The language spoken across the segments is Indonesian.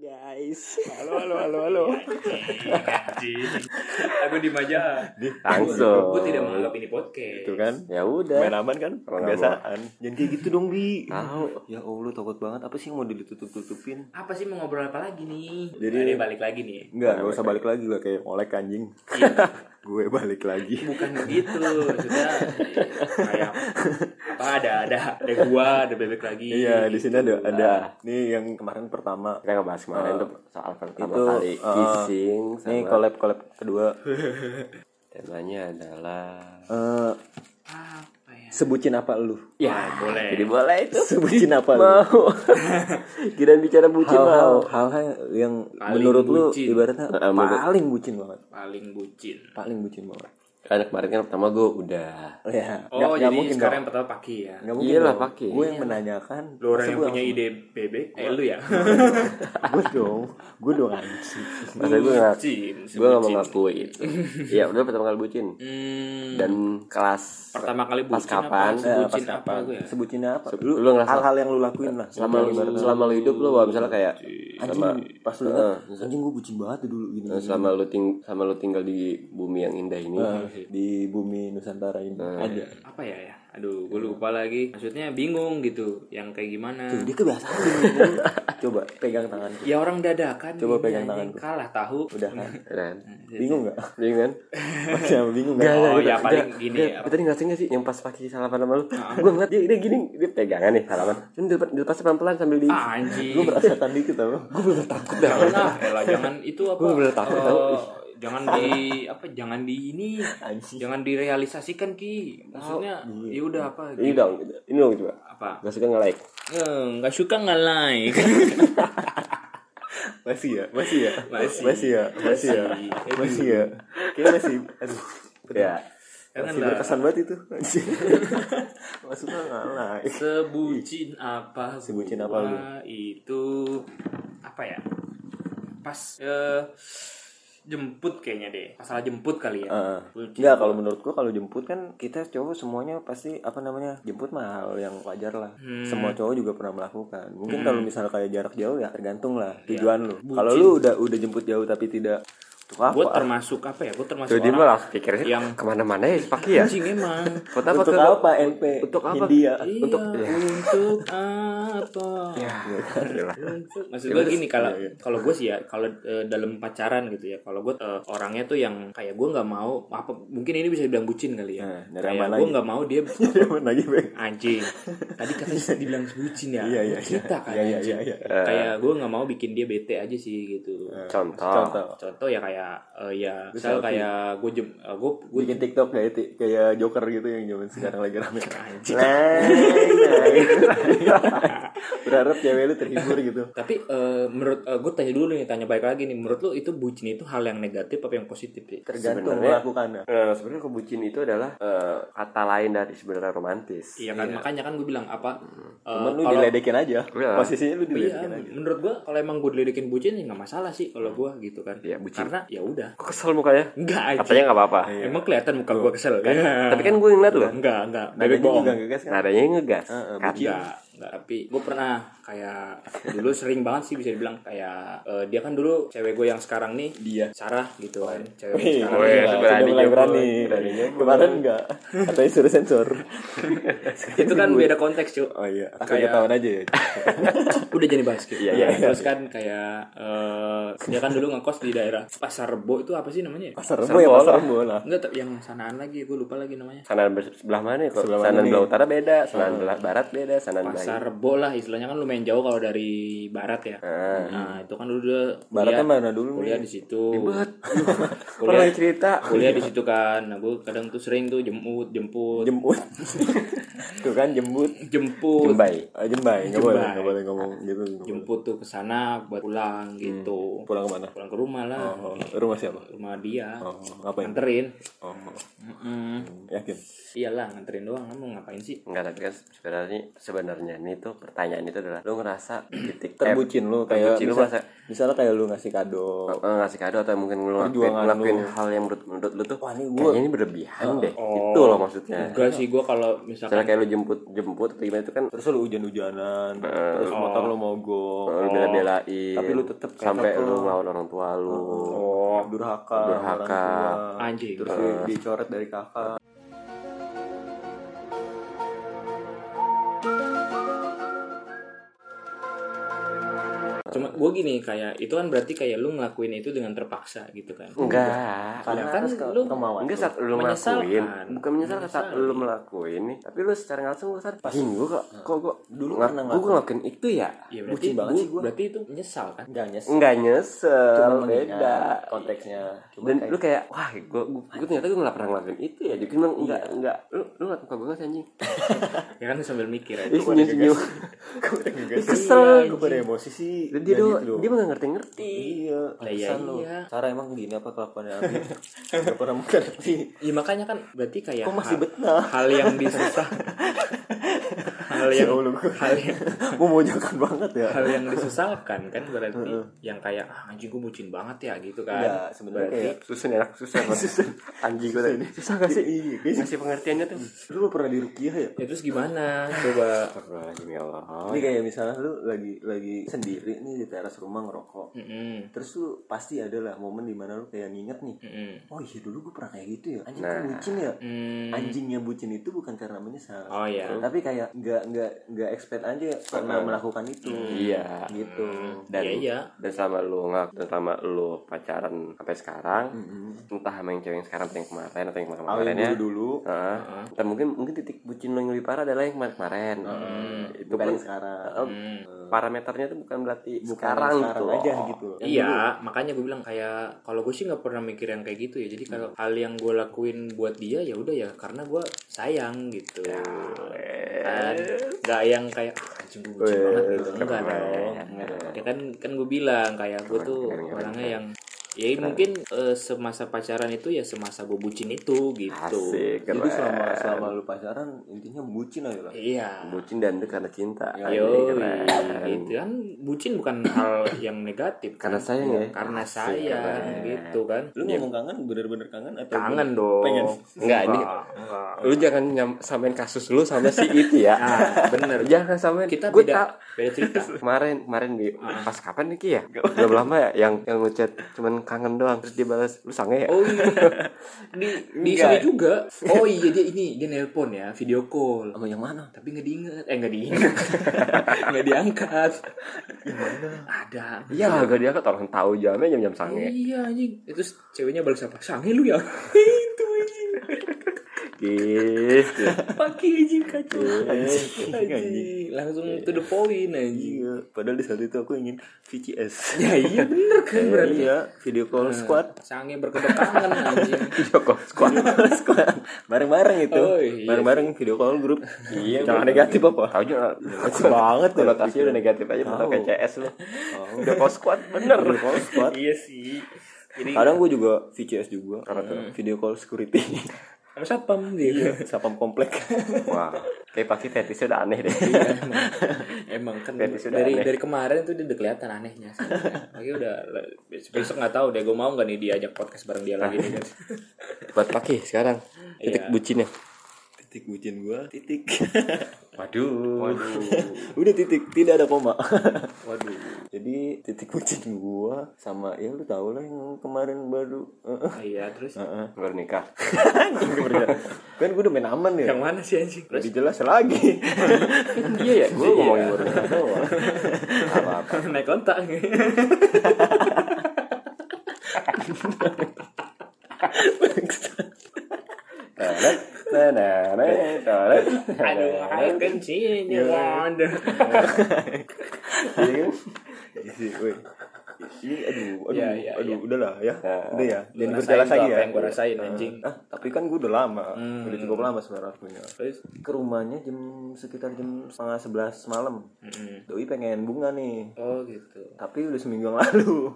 guys. Halo, halo, halo, halo. Aku di Maja. Langsung. Gue tidak menganggap ini podcast. Itu Gitu kan? Ya udah. Main aman kan? Orang Kebiasaan. Jangan kayak gitu dong, Bi. Tahu. Ya Allah, takut banget. Apa sih yang mau ditutup-tutupin? Apa sih mau ngobrol apa lagi nih? Jadi- Jadi balik lagi nih. Iya. Enggak, gak usah balik lagi lah kayak oleh anjing. Gue balik lagi. Bukan begitu, maksudnya kayak apa ada ada ada gua, ada bebek lagi. Iya, di sini ada gitu. ada. Nih yang kemarin pertama. Kita ngebahas kemarin tuh soal pertama itu, kali eh, kissing sama Nih collab-collab kedua. temanya adalah Eh, Apa ya? sebutin apa lu? ya boleh. Jadi boleh itu. Sebutin apa lu? Mau. Kira bicara bucin hal-hal mau. hal-hal yang Paling menurut bucin. lu ibaratnya Eh, menurut- paling bucin banget Paling bucin. paling bucin banget Karena kemarin kan pertama gue udah. ya Oh, jadi sekarang dong. yang pertama Paki ya. Nggak mungkin Iya. Iyalah, dong. pakai. gue yang menanyakan Lu orang yang Masa punya ide bebek, eh lu ya. langsung- gue dong gue dong anjing Masa gue gak Bucin, gue gak mau bucin. ngakui itu. Iya udah pertama kali bucin. Hmm, Dan kelas pertama kali pas bucin kapan? apa? Eh, Bucin pas apa kapan? gue ya? sebutinnya apa Seb- lu, lu ngerasa- hal-hal yang lu lakuin lah selama lu, selama lu hidup lu wah, misalnya kayak anjing sama pas lu ingat, anjing gue bucin banget dulu gini, gini. selama lu ting sama lu tinggal di bumi yang indah ini Nah, di bumi nusantara ini ada apa ya ya aduh gue lupa lagi maksudnya bingung gitu yang kayak gimana Tuh, dia kebiasaan gini, gini. coba pegang tangan ya orang dadakan Coba ini, pegang anjing. tanganku. kalah tahu udah kan keren bingung nggak ya Iya kan? Masih sama bingung Gak, nggak iya. Oh, gak, ya, gak, paling gak, gini gak. ya. Lu Tadi ngasih gak sih yang pas pakai salaman sama lu? Ah. Gue ngeliat dia, dia gini, dia pegangan nih salaman. Cuman dilepas, dilepasnya pelan-pelan sambil di... Ah, anjing gue merasakan dikit tau gue bener takut jangan lah elah, jangan itu apa Gua bener takut eh, tahu. jangan di apa jangan di ini Anjing. Oh, iya. jangan direalisasikan ki maksudnya ya udah apa Ini dong, ini dong coba. apa Gak suka nge-like. Eh, nggak suka nggak like masih ya masih ya Masih. masih ya masih ya Masih. masih ya kayak masih aduh Ya. Jangan masih lah. berkesan banget itu maksudnya ngalah Sebutin apa? Sebutin gua apa lu? Itu apa ya? Pas eh, jemput kayaknya deh. Masalah jemput kali ya. Heeh. Bucin. Enggak kalau menurut gua kalau jemput kan kita cowok semuanya pasti apa namanya jemput mahal yang wajar lah semua cowok juga pernah melakukan mungkin kalau misalnya kayak jarak jauh ya tergantung lah tujuan lu kalau lu udah udah jemput jauh tapi tidak untuk apa Gue termasuk apa ya? Gue termasuk Jadi orang malah pikirnya yang yang- kemana-mana ya pakai ya. anjing emang. Buat untuk ke- apa NP Untuk apa? India Iya, Untuk- untuk apa? Iya. Untuk- Maksud Ya gue gini kalau kalau gue sih ya kalau eh, dalam pacaran gitu ya kalau gue eh, orangnya tuh yang kayak gue nggak mau apa mungkin ini bisa dibilang bucin kali ya Nah, dari kayak aman gue lagi. nggak mau dia Zaman lagi Bang. anjing tadi katanya dibilang bucin ya Iya, iya, cerita kan iya, iya, anjing. iya, kayak gue nggak mau bikin dia bete aja sih gitu Contoh. contoh contoh ya kayak eh, ya misal selfie. kayak gue jem eh, gue gue bikin TikTok kayak ti- kayak Joker gitu yang zaman sekarang lagi rame anjing berharap cewek lu terhibur gitu tapi eh, menurut gue tanya dulu nih tanya baik lagi nih menurut lo itu bucin itu hal yang negatif apa yang positif sih tergantung Sebenarnya- melakukannya Eh, sebenarnya kebucin itu adalah eh, kata lain dari sebenarnya romantis. iya kan makanya kan gue bilang apa eh, Hmm. cuman lu kalau diledekin aja Iya. posisinya lu Iya, diledekin aja Hmm. menurut gue kalau emang gue diledekin bucin ya nggak masalah sih kalau gue gitu kan Iya, bucin. karena ya udah Kok kesel mukanya? enggak aja Katanya nggak apa-apa. emang kelihatan muka gue kesel kan Tapi kan gue ngeliat loh. enggak enggak Nadanya bebek bohong juga Iya. ngegas kan Nadanya ngegas. Kata- Enggak, enggak, tapi gue pernah kayak dulu sering banget sih bisa dibilang kayak eh, dia kan dulu cewek gue yang sekarang nih Dia. Sarah gitu kan cewek gue Wih, sekarang Wih, nih. sudah berani mulai nyoba. berani. Berani nyoba. Kemarin enggak, katanya suruh sensor. itu kan beda konteks cuy Oh iya, aku Kayak- ketahuan aja ya. udah jadi basket Iya, iya, terus kan kayak eh, dia kan dulu ngekos di daerah Pasar Rebo itu apa sih namanya ya? Pasar Rebo ya, pasar Rebo lah. enggak tapi yang sanaan lagi gue lupa lagi namanya Sanan ber- sebelah mana ya? Kalau Sebelah Sanan mana belah nih? Oh. utara beda, sanan belah barat beda, sanan belah Pasar Rebo lah istilahnya kan lumayan jauh kalau dari barat ya nah itu kan dulu dia Ah. Baratnya kuliah- mana dulu, kuliah Mi? di situ Pernah cerita. kuliah di situ kan nah gue kadang tuh sering tuh jemput jemput Jemput. Tuh kan jemput. jemput Jembai. Ah, jembai, enggak boleh, Jembai. enggak boleh ngomong gitu. nggak boleh. jemput tuh ke sana buat pulang gitu Pulang kemana? pulang ke rumah lah Hmm. Oh, rumah siapa? rumah dia Oh, ngapain? nganterin Oh, Mm-mm. yakin. iyalah nganterin doang kamu ngapain sih Enggak, tapi kan sebenarnya sebenarnya ini tuh pertanyaan itu adalah lu ngerasa titik Terbucin lu kayak terbucin lu misal- masa- misalnya kayak lu ngasih kado. eh, ngasih kado atau mungkin lu ngelakuin, Perjuangan ngelakuin lu. hal yang menurut menurut lu tuh Wah, ini gua- Oh. kayaknya ini berlebihan deh. Itu Gitu loh maksudnya. enggak sih gue kalau misalkan Misalnya kayak lu jemput jemput atau gimana itu kan terus lu hujan-hujanan terus Oh. motor lu mogok lu bela-belain Tapi lu tetep kayak sampai tetep lu lu- ngelawan orang tua lu oh durhaka sama orang Durhaka. tua. Anjing. terus lu dicoret dari kakak Cuma gue gini kayak itu kan berarti kayak lu ngelakuin itu dengan terpaksa gitu kan. enggak karena kan atas ke- lu- kemauan Enggak lu. saat lu Menyesalkan. ngelakuin Bukan menyesal saat Menyesali. lu ngelakuin nih Tapi lu secara nggak langsung gue sadar Pas gue kok Kok gue Dulu dulu pernah Gue ngelakuin itu ya Iya berarti Bucin banget sih gua. berarti itu menyesal kan. enggak nyesel Enggak Cuman nyesel mengingat Beda konteksnya Cuman Dan kayak- gitu. lu kayak Wah gue Gue ternyata gue nggak pernah ngelakuin itu ya Jadi bilang enggak Enggak Lu lu ngeliat muka gue nggak sih, anjing Ya kan sambil mikir aja. Ih senyum-senyum Ih, Iya, Kesel gua pada emosi sih Dan dia Nggak do- gitu. Dia mah nggak ngerti-ngerti Iya, Lah, iya, pantesan lu. iya. Cara emang gini apa kelakuannya Abi? Gak pernah mengerti. Ya makanya kan berarti kayak Kok masih hal- betah? hal yang disusah hal yang Ya Allah, gua- hal yang Gue mojokan banget ya. hal yang disesalkan kan berarti yang kayak ah, anjing gue bucin banget ya gitu kan. Enggak, Iya, sebenarnya Berarti- kayak Susan enak Susan ya, Anjing gue tadi Susah gak sih Iya, guys. Ngasih pengertiannya tuh Lu pernah di Rukiah ya? Ya terus gimana? Coba Astagfirullahaladzim ya Allah Ini kayak misalnya lu lagi lagi sendiri nih di teras rumah ngerokok. Mm-mm. Terus lu pasti ada lah momen dimana lu kayak nginget nih. Mm-mm. Oh iya dulu gue pernah kayak gitu ya. Anjing gua bucin ya. Mm. Anjingnya bucin itu bukan karena menyesal. Oh iya. Gitu. Tapi kayak nggak nggak nggak expect aja karena melakukan itu. Iya Gitu. dan Iya, iya. dan selama lu nggak dan selama lu pacaran sampai sekarang entah sama yang cewek yang sekarang atau yang kemarin atau yang kemarin Awal kemarin ya dulu dulu. Heeh. Entar mungkin mungkin titik bucin lo yang lebih parah adalah yang kemarin kemarin itu Bukan pun yang sekarang. eh, parameternya itu bukan berarti Bukan sekarang, yang sekarang gitu aja gitu. Yang Iya, dulu. makanya gue bilang kayak kalau gue sih nggak pernah mikir yang kayak gitu ya. Jadi kalau Hmm. hal yang gue lakuin buat dia ya udah ya karena gue sayang gitu. Ya. Kan? Gak yang kayak ah, anjing gue bucin banget gitu. Enggak dong. Ya kan kan gue bilang kayak gue tuh orangnya yang ya mungkin eh, semasa pacaran itu ya semasa gue bucin itu gitu. asik Jadi keren. selama selama lu pacaran intinya bucin aja lah. Iya. bucin dan itu karena cinta Asik, Yo, keren. gitu kan bucin bukan hal yang negatif kan? karena sayang ya karena sayang gitu kan. Lu Iya. ngomong kangen bener-bener kangen atau kangen dong Pengen. Enggak, ini- enggak. lu jangan nyam, samain kasus lu sama si itu ya nah bener jangan samain kita Gua beda tau- beda cerita kemarin kemarin di pas kapan nih Ki ya belum lama ya yang yang ngechat cuman kangen doang terus dibalas lu sange ya oh iya di di sini juga oh iya dia ini dia nelpon ya video call Sama yang mana? tapi nggak diinget eh nggak diinget nggak diangkat ada iya gak dia kan orang tahu jamnya jam jam sange iya anjing itu ceweknya balas apa sange lu ya itu anjing gitu pakai anjing kacau Eh, anjing Iya. langsung to the point anjing Iya, padahal di saat itu aku ingin VCS. ya iya bener kan berarti Iya, video call squad. sange berkedekangan anjing Joko squad squad. Bareng-bareng itu. Oh, iya. Bareng-bareng video call grup. iya Jangan negatif apa? tahu juga Negatif banget ya. konotasinya udah negatif aja tentang Tahu. kayak CS lu Joko Oh. squad bener Video call squad. iya sih jadi Hmm. Kadang gue juga VCS juga. Video call security. sama satpam gitu Sapam komplek. wah kayak pasti fetishnya udah aneh deh emang kan Fetish udah dari aneh. dari kemarin tuh dia udah kelihatan anehnya sebenarnya. Makanya udah besok nggak tahu deh gue mau nggak nih diajak podcast bareng dia lagi nih kan. buat paki sekarang titik Iya. bucinnya titik bucin gue. Titik. waduh waduh Udah titik. Tidak ada koma. Waduh. Jadi titik bucin gue sama ya lu tau lah yang kemarin baru. eh, Heeh. Oh, iya terus baru nikah kan gue udah main aman ya. yang mana sih anjing? Terus Lebih jelas lagi. iya ya gue ngomongin baru nikah doang apa apa naik kontak. Tenet, tenet, tenet, tenet. Aduh, I can see the wonder. Iya kan? Isi, woi. Ini aduh, aduh, Ya, ya, aduh, ya. udahlah ya. Nah. udah ya. Jangan Lu berjelas rasain tuh lagi ya. apa yang gua rasain, anjing. Hmm. Ah, tapi kan gue udah lama. Udah cukup lama sebenarnya punya. Terus Ke rumahnya jam sekitar jam setengah sebelas malam. Doi pengen bunga nih. oh gitu. Tapi udah seminggu yang lalu.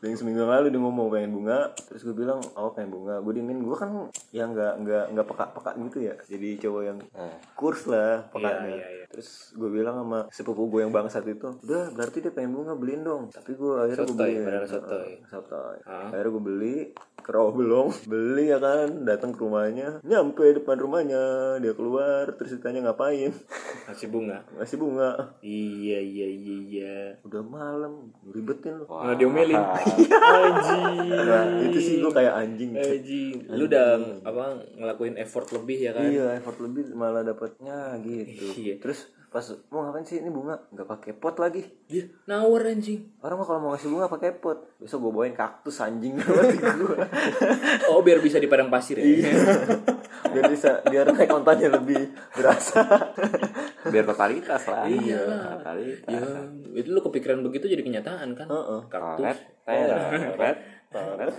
yang seminggu yang lalu dia ngomong pengen bunga terus gue bilang oh pengen bunga gue diemin gue kan yang nggak nggak nggak peka peka gitu ya jadi cowok yang Eh. Nah, kurs lah pekanya Iya, iya, iya. terus gue bilang sama sepupu gue yang bangsat itu udah berarti dia pengen bunga beliin dong tapi gue akhirnya gue Sotoy, beliin beneran sotoy. Heeh, sotoy. Ah. akhirnya gue beli kerau belum beli ya kan datang ke rumahnya nyampe depan rumahnya dia keluar terus ditanya ngapain Masih bunga. ngasih bunga Iya iya iya iya. udah malam ribetin lu Malah diomelin. Nah, Anjing. itu sih gue kayak anjing Eh, Anjing. Lu udah apa ngelakuin effort lebih ya kan? Iya, effort lebih malah dapatnya gitu. Iya. Terus pas mau ngapain sih ini bunga? Nggak pakai pot lagi. Iya. Nawar anjing. Orang mah kalau mau ngasih bunga pakai pot. Besok gue bawain kaktus anjing mati gua. Oh biar bisa di padang pasir ya. biar bisa biar naik kontannya lebih berasa. biar totalitas lah. Iya. Totalitas. Ya, itu lu kepikiran begitu jadi kenyataan kan? Heeh. Toret, Kaktus. teret, teret.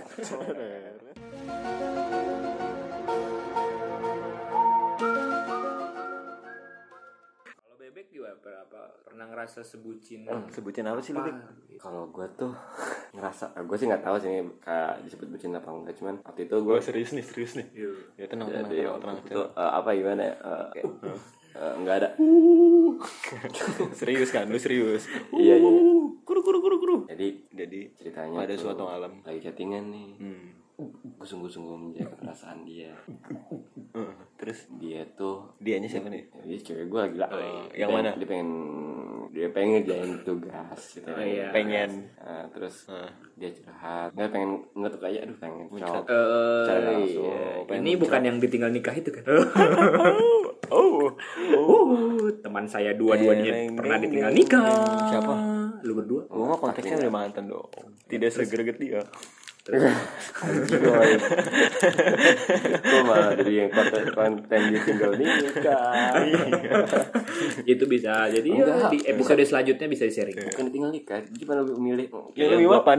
Kalau bebek gimana? Berapa? Pernah ngerasa sebucin? Sebutin apa sih lu? Dik? Kalau gue tuh ngerasa, gue sih nggak tahu sih ini kayak disebut bucin apa enggak, cuman waktu itu gue serius nih serius nih Iya. Iya. ya tenang tenang jadi tenang, tenang, waktu Iya, itu eh, apa gimana ya? eh, kayak, eh, nggak ada. tenang. serius kan lu serius Iya iya. kuru kuru kuru kuru Jadi jadi ceritanya Pada tuh, suatu Hmm. malam. lagi chattingan nih. Gue sungguh-sungguh menjaga perasaan dia. terus Dia tuh dianya siapa nih Jadi cewek gue gila Oh, Dia yang pengen- mana? Dia pengen Dia pengen ngerjain tugas gitu iya. pengen Nah, Terus Oh, Heeh. dia curhat Nggak pengen ngetuk aja Aduh pengen cowok Eh, Cara langsung Iya, pengen ini bukan yang ditinggal nikah itu kan? oh Uh, teman saya dua-duanya pernah ditinggal nikah. Siapa? Lu berdua? gue mah Iya. konteksnya udah mantan dong tidak segerget dia Gue malah jadi yang konten, konten dia tinggal nikah Itu bisa. Jadi ya, Enggak. di episode selanjutnya bisa di-sharing. Bukan tinggal nikah Dia cuma lebih Iya, memilih Iya, yang Ya, lebih mapan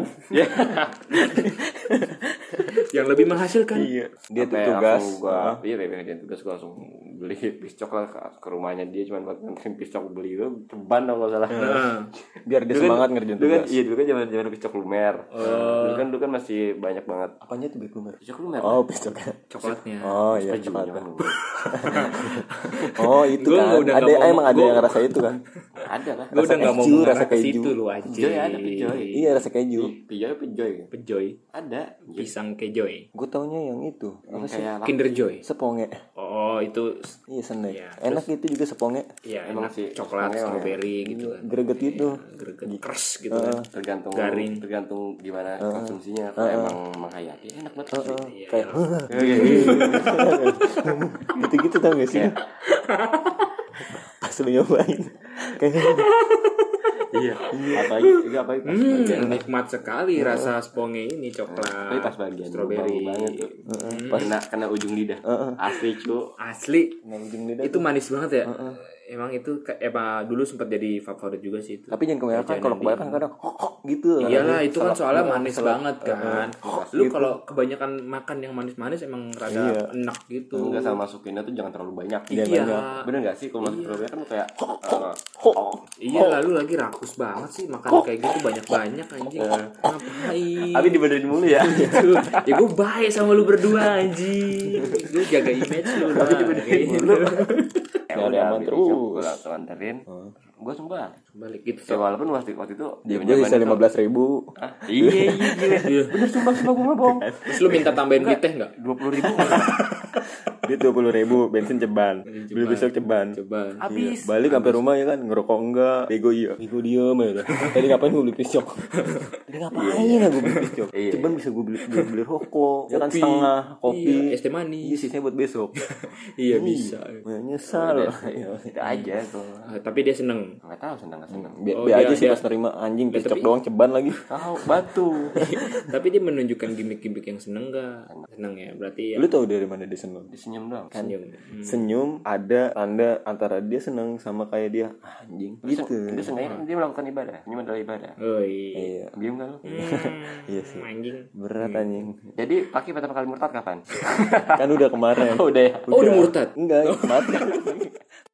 Yang lebih menghasilkan. iya dia tuh Sampai tugas langsung gua iya dia pengen tugas gua langsung beli piscok lah ke, ke rumahnya dia cuman buat nganterin piscok beli itu ceban dong kalau salah Nah, biar dia Dulu kan- semangat ngerjain dulu kan, tugas iya dulu kan zaman zaman piscok lumer dulu kan dulu kan masih banyak banget Apanya tuh bekumer? piscok lumer Oh, pistolnya. coklatnya. Oh iya, Baju, coklatnya. jangan. Oh, itu Gua kan. udah Ada nggak mau- emang ada gua- yang ngerasa itu kan? ada lah Gue Rasa udah gak mau keju, mengarah rasa ke keju. situ lu anjing. Pejoy ada, pejoy. Iya, rasa keju. pejoy pejoy Pejoy. ada Pisang kejoy. Gue taunya yang itu. yang Apa sih? kayak lak- Kinder Joy. Seponge. Oh, itu Iya, snack. Iya, Enak itu juga seponge. ya Emang enak sih, coklat, emang ya. strawberry gitu kan. Greget gitu. Greget. Keras gitu kan. tergantung Garing. tergantung gimana konsumsinya kalau emang menghayati enak banget Iya. Kayak Iya, iya, iya. gitu-gitu tau gak Iya. sih? Pas lu nyobain Kayak iya apalagi iya, apalagi pas bagian Hmm, nikmat sekali rasa sponge ini tapi coklat. pas bagian strawberry. bau banget tuh pas kena kena ujung lidah asli cu Asli Nah, ujung lidah itu manis banget ya emang itu ke- emang dulu sempat jadi favorit juga sih itu Tapi jangan kebanyakan Jajanan di- Kalau kan. kebanyakan kadang Kok kok gitu iyalah itu kan soalnya manis banget kan lu kalau kebanyakan makan yang manis-manis emang rada Iya. enak gitu Enggak sama masukinnya tuh jangan terlalu banyak Jangan iya banyak. Bener gak sih kalau masuk terlalu banyak kan kayak eh, iya lalu lagi rakus banget sih makan kayak gitu banyak-banyak anjing Iya. ngapain Abi dibenerin mulu ya Gitu. ya gue baik sama lu berdua anjing gue jaga image lu gitu. tapi Ya Jangan udah aman Abi terus. gue langsung anterin Gue sumpah balik gitu Ya walaupun waktu, waktu itu Iya. Dia bisa 15 ribu Hah? Iya iya gila Iya. Bener sumpah sumpah gue gak bohong terus lu minta tambahin duit teh nggak 20 ribu Dia 20 ribu Bensin ceban Beli besok ceban coba Iya. Balik sampai rumah ya kan Ngerokok enggak Bego iya Bego diem ya Tadi ngapain gue beli piscok Tadi ngapain ya gue beli piscok Iya. Ceban bisa gue beli gue beli rokok Ya kan Kopi. setengah Iya, Kopi es teh manis. Iya sisanya buat besok iya bisa Ya, Nyesal Itu aja tuh Ah, tapi dia seneng Gak tau seneng gak seneng Biar, Oh, biar iya, aja sih iya. pas terima anjing Iya, piscok tapi- doang ceban lagi Tahu batu Tapi dia menunjukkan gimmick-gimmick yang seneng gak? Seneng ya, berarti ya Lu tau dari mana dia seneng? Dia senyum doang Kan senyum. Hmm. Senyum ada tanda antara dia seneng sama kayak dia "Ah, anjing Dia gitu. dia sengaja kan dia melakukan ibadah Senyum adalah ibadah Oi. Hmm, Iya. Diam gak lu? Iya sih. Anjing. Berat anjing. Jadi Paki pertama Iya. kali murtad kapan? Kan udah kemarin. udah ya Oh, udah murtad? Enggak, kemarin.